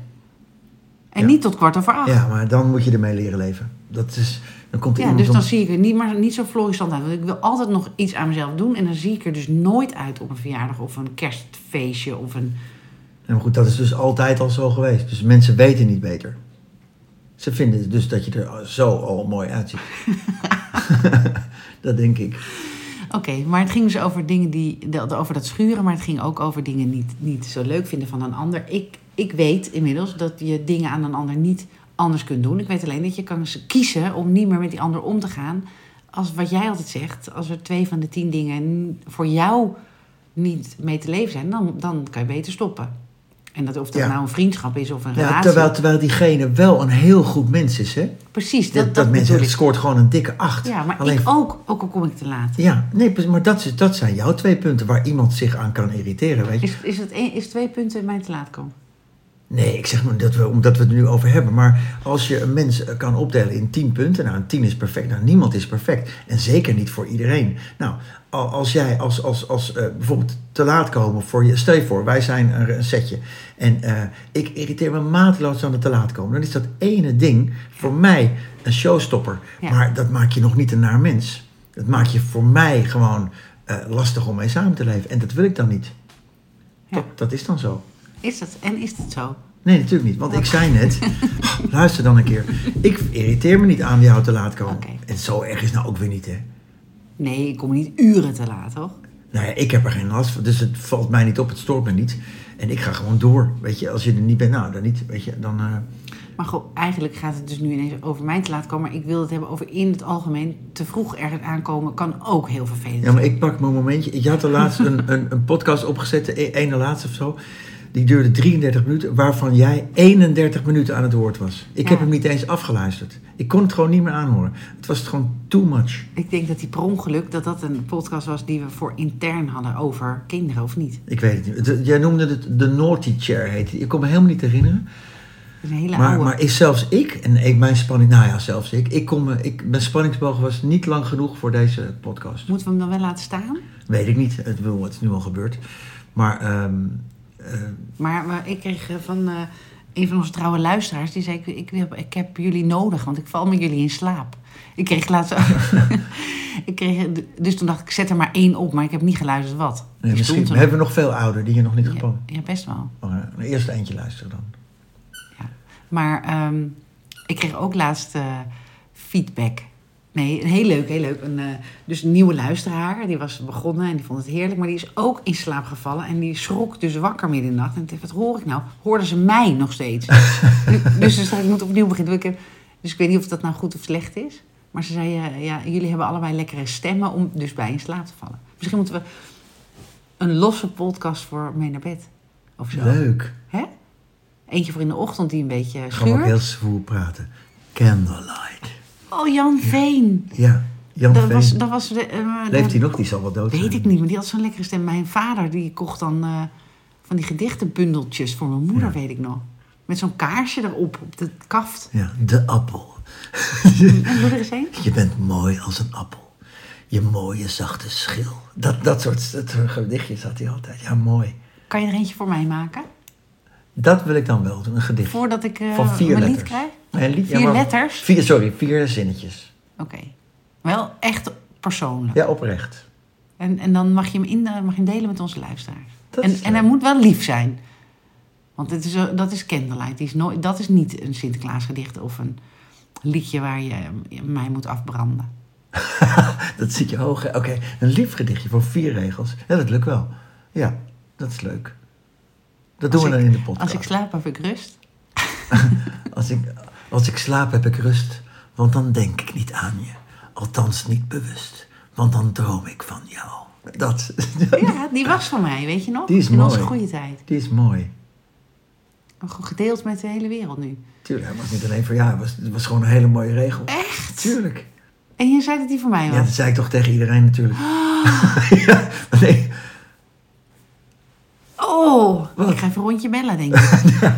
[SPEAKER 1] En
[SPEAKER 2] Ja.
[SPEAKER 1] niet tot kwart over acht. Ja,
[SPEAKER 2] Ja, maar dan moet je ermee leren leven. Dat is... Dan komt er iemand
[SPEAKER 1] dus
[SPEAKER 2] om-
[SPEAKER 1] dan zie ik er niet, maar niet zo florissant uit. Want ik wil altijd nog iets aan mezelf doen. En dan zie ik er dus nooit uit op een verjaardag of een kerstfeestje. Of een...
[SPEAKER 2] Ja, maar goed, dat is dus altijd al zo geweest. Dus mensen weten niet beter. Ze vinden dus dat je er zo al mooi uitziet. dat denk ik.
[SPEAKER 1] Oké, maar het ging dus over dingen die, dat- over dat schuren. Maar het ging ook over dingen niet, niet zo leuk vinden van een ander. Ik, ik weet inmiddels dat je dingen aan een ander niet anders kunt doen. Ik weet alleen dat je kan kiezen om niet meer met die ander om te gaan. Als wat jij altijd zegt, als er twee van de tien dingen n- voor jou niet mee te leven zijn, dan, dan kan je beter stoppen. En dat, of dat
[SPEAKER 2] Ja.
[SPEAKER 1] nou een vriendschap is of een
[SPEAKER 2] Ja,
[SPEAKER 1] relatie.
[SPEAKER 2] terwijl, terwijl diegene wel een heel goed mens is, hè?
[SPEAKER 1] Precies,
[SPEAKER 2] Dat,
[SPEAKER 1] dat,
[SPEAKER 2] dat,
[SPEAKER 1] dat,
[SPEAKER 2] mensen
[SPEAKER 1] bedoel
[SPEAKER 2] het
[SPEAKER 1] ik.
[SPEAKER 2] scoort gewoon een dikke acht.
[SPEAKER 1] Ja, maar
[SPEAKER 2] Alleen-
[SPEAKER 1] ik ook, ook al kom ik te laat.
[SPEAKER 2] Ja, nee, precies, maar dat, is- dat zijn jouw twee punten waar iemand zich aan kan irriteren, weet je?
[SPEAKER 1] Is, is, het één- is twee punten mijn te laat komen?
[SPEAKER 2] Nee, ik zeg maar dat we, omdat we het er nu over hebben. Maar als je een mens eh, kan opdelen in 10 punten. Nou, een 10 is perfect. Nou, niemand is perfect. En zeker niet voor iedereen. Nou, al- als jij als, als, als eh, bijvoorbeeld te laat komen voor je. Stel je voor, wij zijn een, een setje. En eh, ik irriteer me mateloos aan het te laat komen. Dan is dat ene ding voor mij een showstopper.
[SPEAKER 1] Ja.
[SPEAKER 2] Maar dat maakt je nog niet een naar mens. Dat maakt je voor mij gewoon eh, lastig om mee samen te leven. En dat wil ik dan niet.
[SPEAKER 1] Ja.
[SPEAKER 2] Dat, dat is dan zo.
[SPEAKER 1] Is dat, en is dat zo?
[SPEAKER 2] Nee, natuurlijk niet. Want ik zei net, oh, luister dan een keer. Ik irriteer me niet aan jou te laat komen.
[SPEAKER 1] Oké.
[SPEAKER 2] En zo erg is nou ook weer niet, hè.
[SPEAKER 1] Nee, ik kom niet uren te laat, toch?
[SPEAKER 2] Nou ja, ik heb er geen last van. Dus het valt mij niet op, het stoort me niet. En ik ga gewoon door. Weet je, als je er niet bent, nou, dan niet. Weet je, dan... eh,
[SPEAKER 1] Maar goed, eigenlijk gaat het dus nu ineens over mij te laat komen. Maar ik wil het hebben over in het algemeen. Te vroeg ergens aankomen kan ook heel vervelend
[SPEAKER 2] Ja, maar ik pak mijn momentje. Ik had er laatst een, een, een podcast opgezet, de e- ene laatste of zo. Die duurde 33 minuten, waarvan jij 31 minuten aan het woord was. Ik
[SPEAKER 1] Ja.
[SPEAKER 2] heb hem niet eens afgeluisterd. Ik kon het gewoon niet meer aanhoren. Het was gewoon too much.
[SPEAKER 1] Ik denk dat die per ongeluk, dat dat een podcast was die we voor intern hadden over kinderen, of niet?
[SPEAKER 2] Ik weet het niet. Het- Jij noemde het de naughty chair heet. het. Ik kon me helemaal niet herinneren.
[SPEAKER 1] Dat is een hele
[SPEAKER 2] Maar,
[SPEAKER 1] oude.
[SPEAKER 2] maar is zelfs ik, en ik, mijn spanning, nou ja, zelfs ik, ik kon me, ik, mijn spanningsboog was niet lang genoeg voor deze podcast.
[SPEAKER 1] Moeten we hem dan wel laten staan?
[SPEAKER 2] Weet ik niet, het, bedoel, het is nu al gebeurd. Maar ehm, eh,
[SPEAKER 1] Maar, maar ik kreeg eh, van eh, een van onze trouwe luisteraars, die zei: ik, ik, heb- ik heb jullie nodig, want ik val met jullie in slaap. Ik kreeg laatst. ik kreeg, dus toen dacht ik: zet er maar één op, maar ik heb niet geluisterd wat.
[SPEAKER 2] nee,
[SPEAKER 1] Die
[SPEAKER 2] misschien
[SPEAKER 1] stond er.
[SPEAKER 2] hebben we nog veel ouder die je nog niet
[SPEAKER 1] ja,
[SPEAKER 2] gekomen.
[SPEAKER 1] ja, best wel.
[SPEAKER 2] Oh, ja. een eerste eindje luisteren dan.
[SPEAKER 1] Ja. Maar ehm, ik kreeg ook laatst eh, feedback. Nee, heel leuk, heel leuk. Een, eh, dus een nieuwe luisteraar, die was begonnen en die vond het heerlijk. Maar die is ook in slaap gevallen en die schrok dus wakker midden in de nacht. En ik dacht, wat hoor ik nou? Hoorden ze mij nog steeds? dus dus ze zei, ik moet opnieuw beginnen. Ik heb- Dus ik weet niet of dat nou goed of slecht is. Maar ze zei, eh, ja, jullie hebben allebei lekkere stemmen om dus bij in slaap te vallen. Misschien moeten we een losse podcast voor mee naar bed. Of zo.
[SPEAKER 2] Leuk.
[SPEAKER 1] Hè? Eentje voor in de ochtend die een beetje
[SPEAKER 2] Gaan we ook
[SPEAKER 1] schuurt.
[SPEAKER 2] heel zwoer praten. Candlelight.
[SPEAKER 1] Oh, Jan Veen.
[SPEAKER 2] Ja, Jan
[SPEAKER 1] Dat was,
[SPEAKER 2] Veen.
[SPEAKER 1] dat was de, eh,
[SPEAKER 2] Leeft
[SPEAKER 1] de-
[SPEAKER 2] hij nog? Die zal wel dood zijn.
[SPEAKER 1] Weet ik niet, maar die had zo'n lekkere stem. Mijn vader die kocht dan eh, van die gedichtenbundeltjes voor mijn moeder,
[SPEAKER 2] Ja.
[SPEAKER 1] weet ik nog. Met zo'n kaarsje erop, op de kaft.
[SPEAKER 2] Ja, de appel.
[SPEAKER 1] En doe er eens heen.
[SPEAKER 2] Je bent mooi als een appel. Je mooie zachte schil. Dat, dat, soort, dat soort gedichtjes had hij altijd. Ja, mooi.
[SPEAKER 1] Kan je er eentje voor mij maken?
[SPEAKER 2] Dat wil ik dan wel doen, een gedicht.
[SPEAKER 1] Voordat ik eh,
[SPEAKER 2] van vier
[SPEAKER 1] mijn
[SPEAKER 2] letters.
[SPEAKER 1] lied krijg?
[SPEAKER 2] Nee, een lied-
[SPEAKER 1] Vier
[SPEAKER 2] ja, maar-
[SPEAKER 1] letters?
[SPEAKER 2] Vier, sorry, vier zinnetjes.
[SPEAKER 1] Oké. Wel echt persoonlijk.
[SPEAKER 2] Ja, oprecht.
[SPEAKER 1] eh, En, en dan mag je, hem in, mag je hem delen met onze luisteraars.
[SPEAKER 2] Dat
[SPEAKER 1] En,
[SPEAKER 2] is
[SPEAKER 1] en
[SPEAKER 2] leuk.
[SPEAKER 1] hij moet wel lief zijn. Want het is, eh, dat is Candlelight. Die is nooit, dat is niet een Sinterklaasgedicht of een liedje waar je eh, mij moet afbranden.
[SPEAKER 2] dat zit je hoog. hè? Oké, een lief gedichtje voor vier regels. Ja, dat lukt wel. Ja, dat is leuk. Dat doen
[SPEAKER 1] Als
[SPEAKER 2] we dan
[SPEAKER 1] ik-
[SPEAKER 2] in de podcast.
[SPEAKER 1] Als ik slaap, heb ik rust.
[SPEAKER 2] Als ik, als ik slaap heb ik rust, want dan denk ik niet aan je. Althans niet bewust, want dan droom ik van jou. Dat,
[SPEAKER 1] Ja, die was van mij, weet je nog?
[SPEAKER 2] Die is
[SPEAKER 1] in onze
[SPEAKER 2] mooi.
[SPEAKER 1] goede tijd.
[SPEAKER 2] die is mooi.
[SPEAKER 1] Gewoon Gedeeld met de hele wereld nu.
[SPEAKER 2] Tuurlijk, hij was niet alleen voor jou, het was, het was gewoon een hele mooie regel.
[SPEAKER 1] Echt?
[SPEAKER 2] Tuurlijk.
[SPEAKER 1] En je zei dat die van mij
[SPEAKER 2] Ja,
[SPEAKER 1] was.
[SPEAKER 2] dat zei ik toch tegen iedereen natuurlijk.
[SPEAKER 1] Ah.
[SPEAKER 2] ja, maar nee,
[SPEAKER 1] Oh,
[SPEAKER 2] Wat?
[SPEAKER 1] ik ga even een rondje bellen, denk ik.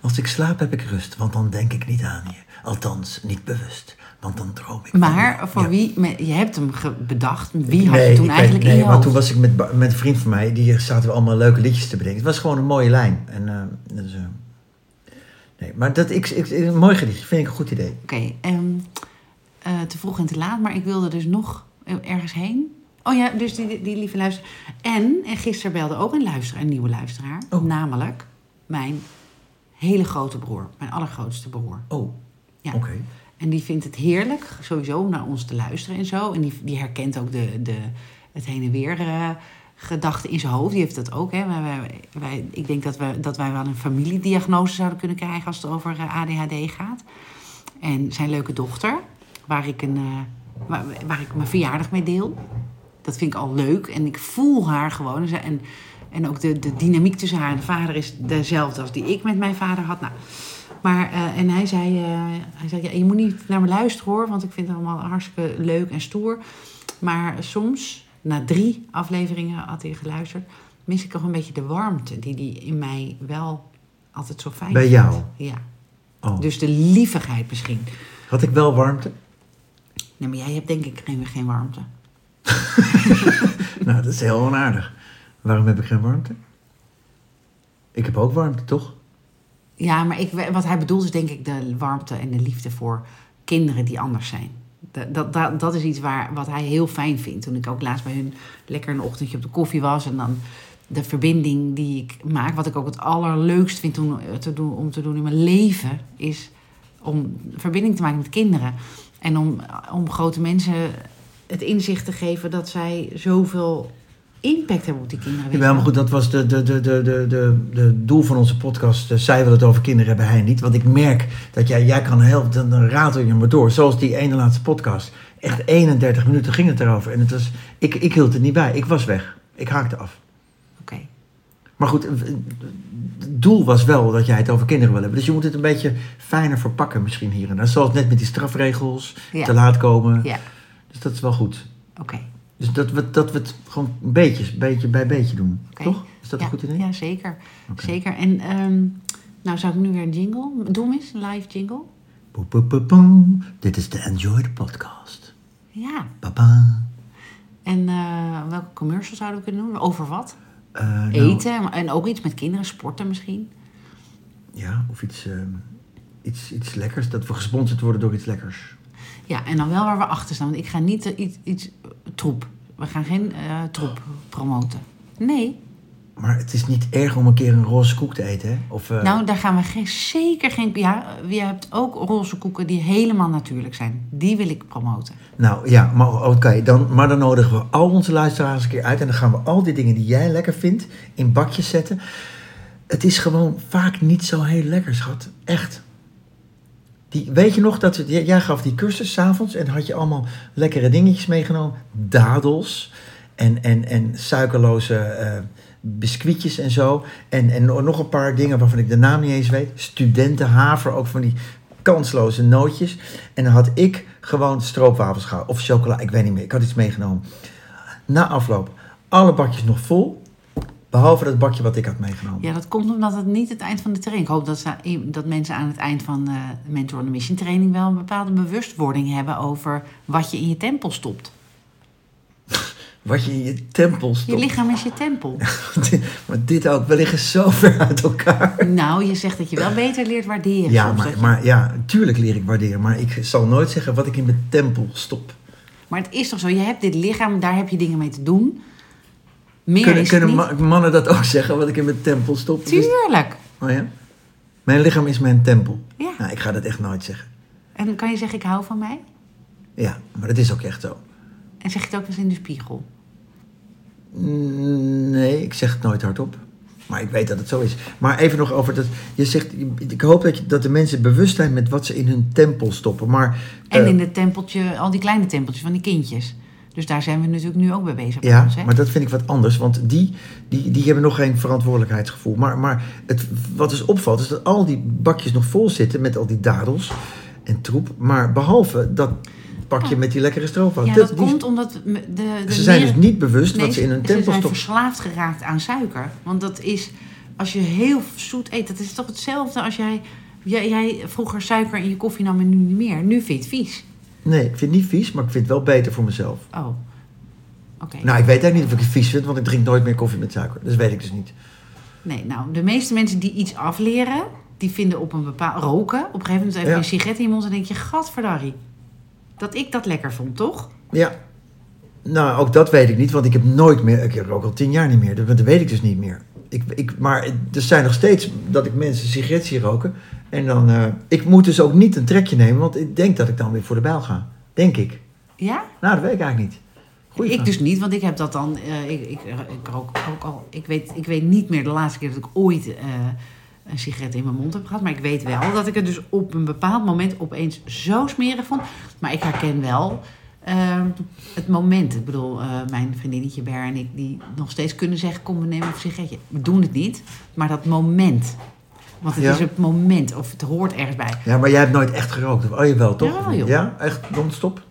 [SPEAKER 2] als ik slaap heb ik rust, want dan denk ik niet aan je. Althans niet bewust, want dan droom ik van jou.
[SPEAKER 1] Maar voor
[SPEAKER 2] Ja.
[SPEAKER 1] wie... me- Je hebt hem ge- bedacht. Wie had
[SPEAKER 2] nee,
[SPEAKER 1] je
[SPEAKER 2] ik
[SPEAKER 1] toen
[SPEAKER 2] weet-
[SPEAKER 1] eigenlijk
[SPEAKER 2] nee,
[SPEAKER 1] in je
[SPEAKER 2] maar
[SPEAKER 1] hoofd?
[SPEAKER 2] toen was ik met, Ba- met een vriend van mij, die zaten we allemaal leuke liedjes te bedenken. Het was gewoon een mooie lijn. En, eh, dus, eh, nee, maar dat, ik, ik, een mooi gedichtje, vind ik een goed idee.
[SPEAKER 1] Oké, ehm, eh, te vroeg en te laat, maar ik wilde dus nog ergens heen. Oh ja, dus die, die lieve luisteraar. En, en gisteren belde ook een luisteraar, een nieuwe luisteraar.
[SPEAKER 2] Oh.
[SPEAKER 1] Namelijk mijn hele grote broer, mijn allergrootste broer.
[SPEAKER 2] Oh,
[SPEAKER 1] Ja.
[SPEAKER 2] oké.
[SPEAKER 1] En die vindt het heerlijk sowieso om naar ons te luisteren en zo. En die, die herkent ook de, de, het heen en weer eh gedachte in zijn hoofd. Die heeft dat ook. Hè. Wij, wij, wij- ik denk dat, we, dat wij wel een familiediagnose zouden kunnen krijgen als het over eh, ADHD gaat. En zijn leuke dochter, waar ik, een, eh, waar, waar ik mijn verjaardag mee deel. Dat vind ik al leuk. En ik voel haar gewoon. En ze- En, en ook de, de dynamiek tussen haar en de vader is dezelfde als die ik met mijn vader had. Nou, maar, eh, en hij zei, eh, hij zei ja, je moet niet naar me luisteren hoor, want ik vind het allemaal hartstikke leuk en stoer. Maar soms, na drie afleveringen had hij geluisterd, mis ik toch een beetje de warmte die hij in mij wel altijd zo fijn
[SPEAKER 2] Bij
[SPEAKER 1] vindt.
[SPEAKER 2] jou?
[SPEAKER 1] Ja.
[SPEAKER 2] Oh.
[SPEAKER 1] Dus de lievigheid misschien.
[SPEAKER 2] Had ik wel warmte?
[SPEAKER 1] Nee, maar jij hebt denk ik geen, geen warmte.
[SPEAKER 2] nou, dat is heel onaardig. Waarom heb ik geen warmte? Ik heb ook warmte, toch?
[SPEAKER 1] Ja, maar ik, wat hij bedoelt is denk ik de warmte en de liefde voor kinderen die anders zijn. Dat, dat, dat, dat is iets waar, wat hij heel fijn vindt. Toen ik ook laatst bij hun lekker een ochtendje op de koffie was. En dan de verbinding die ik maak. Wat ik ook het allerleukst vind om eh, te doen, om te doen in mijn leven. Is om verbinding te maken met kinderen. En om, om grote mensen het inzicht te geven dat zij zoveel impact hebben op die kinderen.
[SPEAKER 2] Ja, maar goed, dat was de, de, de, de, de, de, de doel van onze podcast. Eh, Zij wil het over kinderen hebben, hij niet. Want ik merk dat jij, jij kan helpen, dan, dan ratel je maar door. Zoals die ene laatste podcast. Echt 31 minuten ging het erover. En het was, ik, ik hield het niet bij. Ik was weg. Ik haakte af.
[SPEAKER 1] Oké.
[SPEAKER 2] Maar goed, eh, het doel was wel dat jij het over kinderen wil hebben. Dus je moet het een beetje fijner verpakken misschien hier en daar. Zoals net met die strafregels,
[SPEAKER 1] Ja.
[SPEAKER 2] te laat komen.
[SPEAKER 1] Ja,
[SPEAKER 2] Dus dat is wel goed.
[SPEAKER 1] oké.
[SPEAKER 2] Dus dat we, dat we het gewoon beetje, beetje bij beetje doen.
[SPEAKER 1] Oké.
[SPEAKER 2] Toch? Is dat
[SPEAKER 1] ja,
[SPEAKER 2] een goed idee?
[SPEAKER 1] Ja, zeker.
[SPEAKER 2] Oké.
[SPEAKER 1] Zeker. En ehm, nou zou ik nu weer een jingle doen eens, een live jingle.
[SPEAKER 2] Boe, boe, boe, boem. Dit is de Enjoy the Podcast.
[SPEAKER 1] Ja.
[SPEAKER 2] Papa.
[SPEAKER 1] En eh, welke commercial zouden we kunnen doen? Over wat?
[SPEAKER 2] Eh, nou,
[SPEAKER 1] Eten maar- en ook iets met kinderen, sporten misschien.
[SPEAKER 2] Ja, of iets, eh, iets, iets lekkers. Dat we gesponsord worden door iets lekkers.
[SPEAKER 1] Ja, en dan wel waar we achter staan. Want ik ga niet eh, iets, iets troep. We gaan geen eh, troep promoten. Nee.
[SPEAKER 2] Maar het is niet erg om een keer een roze koek te eten, hè? Of, eh,
[SPEAKER 1] Nou, daar gaan we geen, zeker geen. Ja, eh, je hebt ook roze koeken die helemaal natuurlijk zijn. Die wil ik promoten.
[SPEAKER 2] nou, ja, maar oké. dan, maar dan nodigen we al onze luisteraars een keer uit. En dan gaan we al die dingen die jij lekker vindt in bakjes zetten. Het is gewoon vaak niet zo heel lekker, schat. Echt. Die, weet je nog dat we- jij, jij gaf die cursus s'avonds en had je allemaal lekkere dingetjes meegenomen? Dadels en, en, en suikerloze eh, biscuitjes en zo. En, en no- nog een paar dingen waarvan ik de naam niet eens weet. Studentenhaver, ook van die kansloze nootjes. En dan had ik gewoon stroopwafels gehad of chocola, ik weet niet meer. Ik had iets meegenomen. Na afloop, alle bakjes nog vol, behalve dat bakje wat ik had meegenomen.
[SPEAKER 1] Ja, dat komt omdat het niet het eind van de training. Ik hoop dat, ze, dat mensen aan het eind van eh, de Mentor on a Mission training wel een bepaalde bewustwording hebben over wat je in je tempel stopt.
[SPEAKER 2] Wat je in je tempel stopt.
[SPEAKER 1] Je lichaam is je tempel.
[SPEAKER 2] maar dit ook, we liggen zo ver uit elkaar.
[SPEAKER 1] nou, je zegt dat je wel beter leert waarderen.
[SPEAKER 2] Ja,
[SPEAKER 1] soms, dat
[SPEAKER 2] maar,
[SPEAKER 1] je-
[SPEAKER 2] maar ja, tuurlijk leer ik waarderen. Maar ik zal nooit zeggen wat ik in mijn tempel stop.
[SPEAKER 1] maar het is toch zo, je hebt dit lichaam, daar heb je dingen mee te doen. Meer
[SPEAKER 2] kunnen
[SPEAKER 1] is
[SPEAKER 2] kunnen
[SPEAKER 1] het niet.
[SPEAKER 2] ma- mannen dat ook zeggen, wat ik in mijn tempel stop? Dus-
[SPEAKER 1] Tuurlijk.
[SPEAKER 2] Oh ja? Mijn lichaam is mijn tempel.
[SPEAKER 1] Ja.
[SPEAKER 2] Nou, ik ga dat echt nooit zeggen.
[SPEAKER 1] En kan je zeggen, ik hou van mij?
[SPEAKER 2] Ja, maar dat is ook echt zo.
[SPEAKER 1] En zeg je het ook eens in de spiegel.
[SPEAKER 2] Mm, Nee, ik zeg het nooit hardop. Maar ik weet dat het zo is. Maar even nog over dat. Je zegt, ik hoop dat, je, dat de mensen bewust zijn met wat ze in hun tempel stoppen. Maar,
[SPEAKER 1] En
[SPEAKER 2] eh,
[SPEAKER 1] in het tempeltje, al die kleine tempeltjes van die kindjes. Dus daar zijn we natuurlijk nu ook mee bezig. bij
[SPEAKER 2] Ja,
[SPEAKER 1] ons, hè?
[SPEAKER 2] maar dat vind ik wat anders, want die, die, die hebben nog geen verantwoordelijkheidsgevoel. Maar, maar het, wat dus opvalt, is dat al die bakjes nog vol zitten met al die dadels en troep. Maar behalve dat pakje met die lekkere stroopwafel.
[SPEAKER 1] ja,
[SPEAKER 2] Dat-
[SPEAKER 1] dat
[SPEAKER 2] die-
[SPEAKER 1] komt omdat de, de, de
[SPEAKER 2] Ze zijn
[SPEAKER 1] meer-
[SPEAKER 2] dus niet bewust wat ze in hun
[SPEAKER 1] ze
[SPEAKER 2] tempel
[SPEAKER 1] zijn
[SPEAKER 2] stoppen.
[SPEAKER 1] verslaafd geraakt aan suiker. Want dat is, als je heel zoet eet, dat is toch hetzelfde als jij, jij, jij vroeger suiker in je koffie nam en nu niet meer. Nu vind je het vies.
[SPEAKER 2] Nee, ik vind het niet vies, maar ik vind het wel beter voor mezelf.
[SPEAKER 1] Oh, oké.
[SPEAKER 2] Nou, ik weet eigenlijk niet of ik het vies vind, want ik drink nooit meer koffie met suiker. Dat weet ik dus niet.
[SPEAKER 1] Nee, nou, de meeste mensen die iets afleren, die vinden op een bepaald... Roken, op een gegeven moment even
[SPEAKER 2] Ja.
[SPEAKER 1] een sigaret in je mond en denk je... Gadverdarrie, dat ik dat lekker vond, toch?
[SPEAKER 2] Ja. Nou, ook dat weet ik niet, want ik heb nooit meer... Ik heb ook al tien jaar niet meer, dat, dat weet ik dus niet meer. Ik, ik, maar er zijn nog steeds dat ik mensen sigaret zie roken. En dan... eh, ik moet dus ook niet een trekje nemen, want ik denk dat ik dan weer voor de bijl ga. Denk ik.
[SPEAKER 1] Ja?
[SPEAKER 2] Nou, dat weet ik eigenlijk niet. Goeie
[SPEAKER 1] ik
[SPEAKER 2] vraag.
[SPEAKER 1] dus niet, want ik heb dat dan... eh, ik, ik, ik rook ook al... Ik weet, ik weet niet meer de laatste keer dat ik ooit eh, een sigaret in mijn mond heb gehad. Maar ik weet wel dat ik het dus op een bepaald moment opeens zo smerig vond. Maar ik herken wel eh, het moment. Ik bedoel, eh, mijn vriendinnetje Ber en ik... die nog steeds kunnen zeggen, kom, we nemen een sigaretje. We doen het niet, maar dat moment... Want het
[SPEAKER 2] Ja.
[SPEAKER 1] is het moment, of het hoort ergens bij.
[SPEAKER 2] Ja, maar jij hebt nooit echt gerookt. of- Oh, jawel, toch?
[SPEAKER 1] Jawel, joh.
[SPEAKER 2] Ja? Echt non-stop?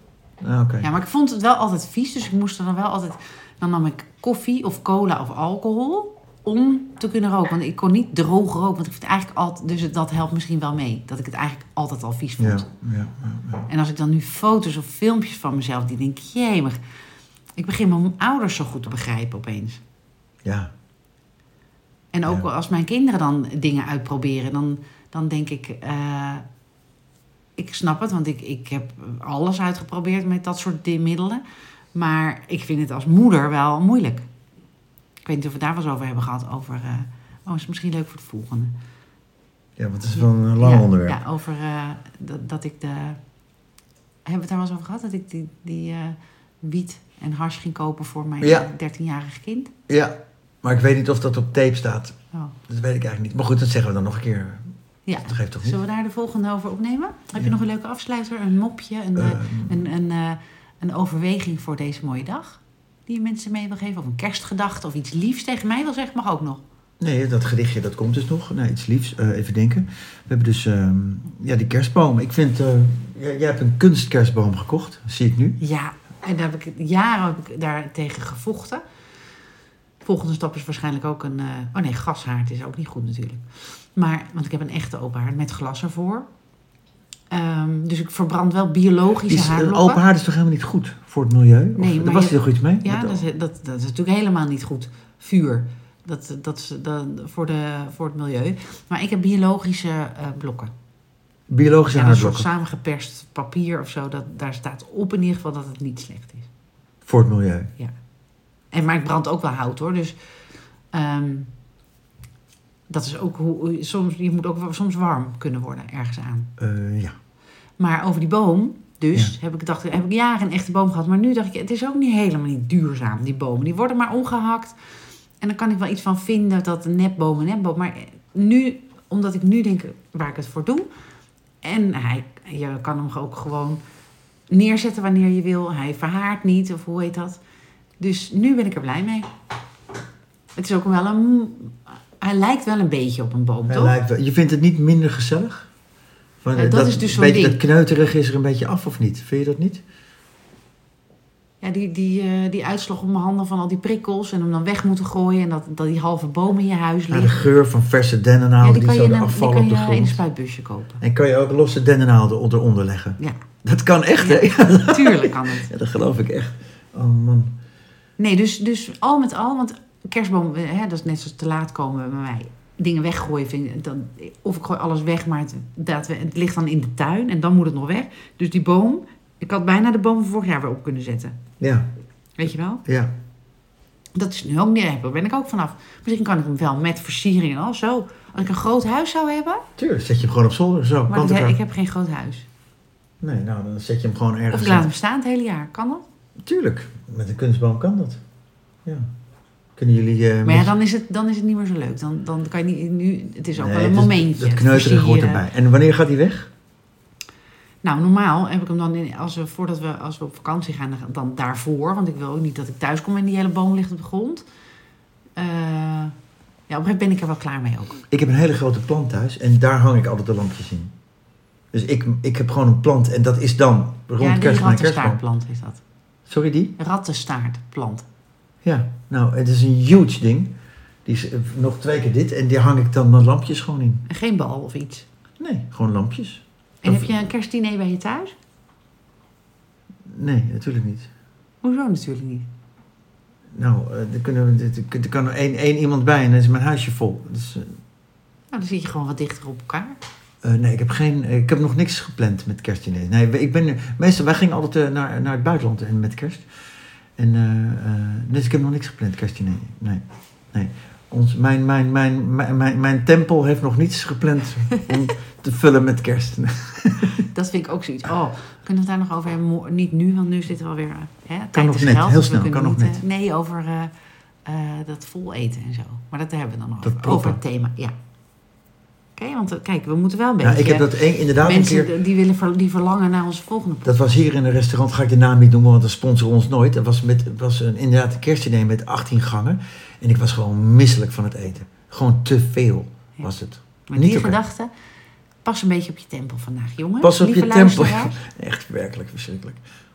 [SPEAKER 2] Ah, Oké.
[SPEAKER 1] Ja, maar ik vond het wel altijd vies, dus ik moest er dan wel altijd... Dan nam ik koffie of cola of alcohol om te kunnen roken. Want ik kon niet droog roken, want ik vind het eigenlijk altijd... Dus het- dat helpt misschien wel mee, dat ik het eigenlijk altijd al vies vond.
[SPEAKER 2] Ja, ja, ja, ja.
[SPEAKER 1] En als ik dan nu foto's of filmpjes van mezelf, die denk ik... Jemig, ik begin mijn ouders zo goed te begrijpen opeens.
[SPEAKER 2] Ja.
[SPEAKER 1] En ook
[SPEAKER 2] Ja.
[SPEAKER 1] als mijn kinderen dan dingen uitproberen, dan, dan denk ik... eh, ik snap het, want ik, ik heb alles uitgeprobeerd met dat soort di- middelen. Maar ik vind het als moeder wel moeilijk. Ik weet niet of we het daar wel eens over hebben gehad. Over, eh, oh, is misschien leuk voor het volgende.
[SPEAKER 2] Ja, want het is wel een lang
[SPEAKER 1] ja,
[SPEAKER 2] onderwerp.
[SPEAKER 1] Ja, over eh, dat, dat ik de... Hebben we het daar wel eens over gehad? Dat ik die, die eh, wiet en hars ging kopen voor mijn
[SPEAKER 2] Ja.
[SPEAKER 1] 13-jarig kind?
[SPEAKER 2] Ja, maar ik weet niet of dat op tape staat.
[SPEAKER 1] Oh.
[SPEAKER 2] Dat weet ik eigenlijk niet. Maar goed, dat zeggen we dan nog een keer.
[SPEAKER 1] Ja.
[SPEAKER 2] Dat geeft toch niet?
[SPEAKER 1] Zullen we daar de volgende over opnemen? Heb
[SPEAKER 2] Ja.
[SPEAKER 1] je nog een leuke afsluiter, een mopje, een, eh,
[SPEAKER 2] Ehm.
[SPEAKER 1] een, een, eh, een overweging voor deze mooie dag? Die je mensen mee wil geven? Of een kerstgedachte of iets liefs tegen mij wil zeggen, mag ook nog.
[SPEAKER 2] Nee, dat gedichtje dat komt dus nog. Nee, iets liefs. Eh, even denken. We hebben dus ehm, ja, die kerstboom. Ik vind, eh, jij, jij hebt een kunstkerstboom gekocht, zie ik nu.
[SPEAKER 1] Ja, en daar heb ik jaren heb ik daar tegen gevochten. De volgende stap is waarschijnlijk ook een. eh, oh nee, gashaard is ook niet goed natuurlijk. Maar, want ik heb een echte open haard met glas ervoor. Ehm, dus ik verbrand wel biologische
[SPEAKER 2] Is, een
[SPEAKER 1] haarlokken.
[SPEAKER 2] open haard is toch helemaal niet goed voor het milieu? Of,
[SPEAKER 1] Nee,
[SPEAKER 2] daar
[SPEAKER 1] maar
[SPEAKER 2] was
[SPEAKER 1] je-
[SPEAKER 2] er toch iets mee?
[SPEAKER 1] Ja,
[SPEAKER 2] Met-
[SPEAKER 1] dat is, dat, dat is natuurlijk helemaal niet goed. Vuur. Dat, dat is dan voor, de, voor het milieu. Maar ik heb biologische eh, blokken.
[SPEAKER 2] Biologische
[SPEAKER 1] Ja, een soort
[SPEAKER 2] haardblokken
[SPEAKER 1] samengeperst papier of zo. Dat, daar staat op in ieder geval dat het niet slecht is.
[SPEAKER 2] voor het milieu.
[SPEAKER 1] En, maar ik brand ook wel hout hoor. Dus ehm, dat is ook hoe. hoe- Soms, je moet ook wel soms warm kunnen worden ergens aan.
[SPEAKER 2] Eh, ja.
[SPEAKER 1] Maar over die boom, dus heb ik dacht, heb ik jaren een echte boom gehad. Maar nu dacht ik, het is ook niet helemaal niet duurzaam, die bomen. Die worden maar ongehakt. En dan kan ik wel iets van vinden dat een nepboom een nepboom. Maar nu, omdat ik nu denk waar ik het voor doe. En hij, je kan hem ook gewoon neerzetten wanneer je wil. Hij verhaart niet, of hoe heet dat. Dus nu ben ik er blij mee. Het is ook wel een... Hij lijkt wel een beetje op een boom,
[SPEAKER 2] Hij
[SPEAKER 1] toch?
[SPEAKER 2] lijkt wel- je vindt het niet minder gezellig? Van,
[SPEAKER 1] Ja,
[SPEAKER 2] eh,
[SPEAKER 1] dat is dus zo'n
[SPEAKER 2] beetje,
[SPEAKER 1] ding.
[SPEAKER 2] Dat kneuterig is er een beetje af of niet? Vind je dat niet?
[SPEAKER 1] Ja, die, die, eh, die uitslag op mijn handen van al die prikkels en hem dan weg moeten gooien en dat, dat die halve boom in je huis
[SPEAKER 2] Ja, de
[SPEAKER 1] ligt.
[SPEAKER 2] geur van verse
[SPEAKER 1] Ja,
[SPEAKER 2] dennenaalden
[SPEAKER 1] die
[SPEAKER 2] die,
[SPEAKER 1] kan je,
[SPEAKER 2] zo de
[SPEAKER 1] in een- die
[SPEAKER 2] afvallen op
[SPEAKER 1] kan
[SPEAKER 2] de
[SPEAKER 1] je in een
[SPEAKER 2] grond.
[SPEAKER 1] spuitbusje kopen.
[SPEAKER 2] En kan je ook losse dennenaalden eronder leggen.
[SPEAKER 1] Ja,
[SPEAKER 2] Dat kan echt, hè?
[SPEAKER 1] tuurlijk kan het.
[SPEAKER 2] Ja, dat geloof ik echt. Oh man.
[SPEAKER 1] Nee, dus, dus al met al, want kerstboom, eh, hè, dat is net zoals te laat komen bij mij. Dingen weggooien, vind ik, dan, of ik gooi alles weg, maar het, dat, het ligt dan in de tuin en dan moet het nog weg. Dus die boom, ik had bijna de boom van vorig jaar weer op kunnen zetten.
[SPEAKER 2] Ja,
[SPEAKER 1] Weet je wel?
[SPEAKER 2] ja.
[SPEAKER 1] Dat is nu ook niet, daar ben ik ook vanaf. Misschien kan ik hem wel met versiering en al zo. Als ik een groot huis zou hebben,
[SPEAKER 2] Tuurlijk, zet je hem gewoon op zolder. Zo,
[SPEAKER 1] maar
[SPEAKER 2] kant
[SPEAKER 1] ik,
[SPEAKER 2] elkaar.
[SPEAKER 1] ik heb geen groot huis.
[SPEAKER 2] Nee, nou, dan zet je hem gewoon
[SPEAKER 1] Of
[SPEAKER 2] ergens.
[SPEAKER 1] ik laat hem staan het hele jaar, kan dat?
[SPEAKER 2] Tuurlijk, met een kunstboom kan dat. Ja. Kunnen jullie... eh,
[SPEAKER 1] Maar
[SPEAKER 2] met-
[SPEAKER 1] ja, dan is het, dan is het niet meer zo leuk. Dan, dan kan je niet, nu, het is ook
[SPEAKER 2] Nee,
[SPEAKER 1] wel een
[SPEAKER 2] het is-
[SPEAKER 1] momentje.
[SPEAKER 2] Dat kneuterige hoort
[SPEAKER 1] versieren.
[SPEAKER 2] erbij. En wanneer gaat hij weg?
[SPEAKER 1] Nou, normaal heb ik hem dan, in, als we, voordat we, als we op vakantie gaan, dan- dan daarvoor. Want ik wil ook niet dat ik thuis kom en die hele boom ligt op de grond. Eh, ja, op een gegeven moment ben ik er wel klaar mee ook.
[SPEAKER 2] Ik heb een hele grote plant thuis en daar hang ik altijd de lampjes in. Dus ik, ik heb gewoon een plant en dat is dan rond
[SPEAKER 1] ja, die
[SPEAKER 2] kerst mijn kerstboom.
[SPEAKER 1] rattenstaartplant is dat.
[SPEAKER 2] Sorry, die?
[SPEAKER 1] Rattenstaartplant.
[SPEAKER 2] Ja, nou, het is een huge ding. Die is eh, nog twee keer dit en die hang ik dan mijn lampjes gewoon in.
[SPEAKER 1] En Geen bal of iets.
[SPEAKER 2] Nee, gewoon lampjes.
[SPEAKER 1] En
[SPEAKER 2] Of-
[SPEAKER 1] heb je een kerstdiner bij je thuis?
[SPEAKER 2] Nee, natuurlijk niet.
[SPEAKER 1] Hoezo natuurlijk niet?
[SPEAKER 2] Nou, eh, er, kunnen we, er- er kan er één, één iemand bij en dan is mijn huisje vol. Dus, eh,
[SPEAKER 1] Nou, dan zit je gewoon wat dichter op elkaar.
[SPEAKER 2] Eh, nee, ik heb, geen, ik heb nog niks gepland met kerstdiner. Nee, we- ik ben, meestal, wij gingen altijd eh, naar, naar het buitenland en met kerst. En, eh, eh, dus ik heb nog niks gepland, kerstdiner. Nee, nee. Ons, mijn, mijn, mijn, mijn, mijn, mijn tempel heeft nog niets gepland om te vullen met kerst.
[SPEAKER 1] Dat vind ik ook zoiets. Oh, kunnen we het daar nog over hebben? Mo- Niet nu, want nu zitten we alweer... Hè, tijd
[SPEAKER 2] nog
[SPEAKER 1] is
[SPEAKER 2] net,
[SPEAKER 1] geld,
[SPEAKER 2] heel
[SPEAKER 1] dus we
[SPEAKER 2] snel,
[SPEAKER 1] kunnen
[SPEAKER 2] kan nog
[SPEAKER 1] niet,
[SPEAKER 2] net.
[SPEAKER 1] eh, nee, over eh, eh, dat vol eten en zo. Maar dat hebben we dan nog
[SPEAKER 2] Dat
[SPEAKER 1] over.
[SPEAKER 2] proppen.
[SPEAKER 1] Over het thema, ja. Oké, want eh, kijk, we moeten wel een beetje...
[SPEAKER 2] Nou, ik heb dat één, inderdaad een
[SPEAKER 1] mensen
[SPEAKER 2] keer...
[SPEAKER 1] die, willen ver- die verlangen naar onze volgende...
[SPEAKER 2] Dat was hier in een restaurant, ga ik de naam niet noemen, want dat sponsoren ons nooit. Dat was, met, was een, inderdaad een kerstdiner met 18 gangen. En ik was gewoon misselijk van het eten. Gewoon te veel
[SPEAKER 1] Ja.
[SPEAKER 2] was het.
[SPEAKER 1] Met die
[SPEAKER 2] niet oké.
[SPEAKER 1] gedachten, pas een beetje op je tempo vandaag, jongens.
[SPEAKER 2] Pas op je
[SPEAKER 1] Lieve
[SPEAKER 2] tempo.
[SPEAKER 1] luisteraars.
[SPEAKER 2] Echt werkelijk verschrikkelijk.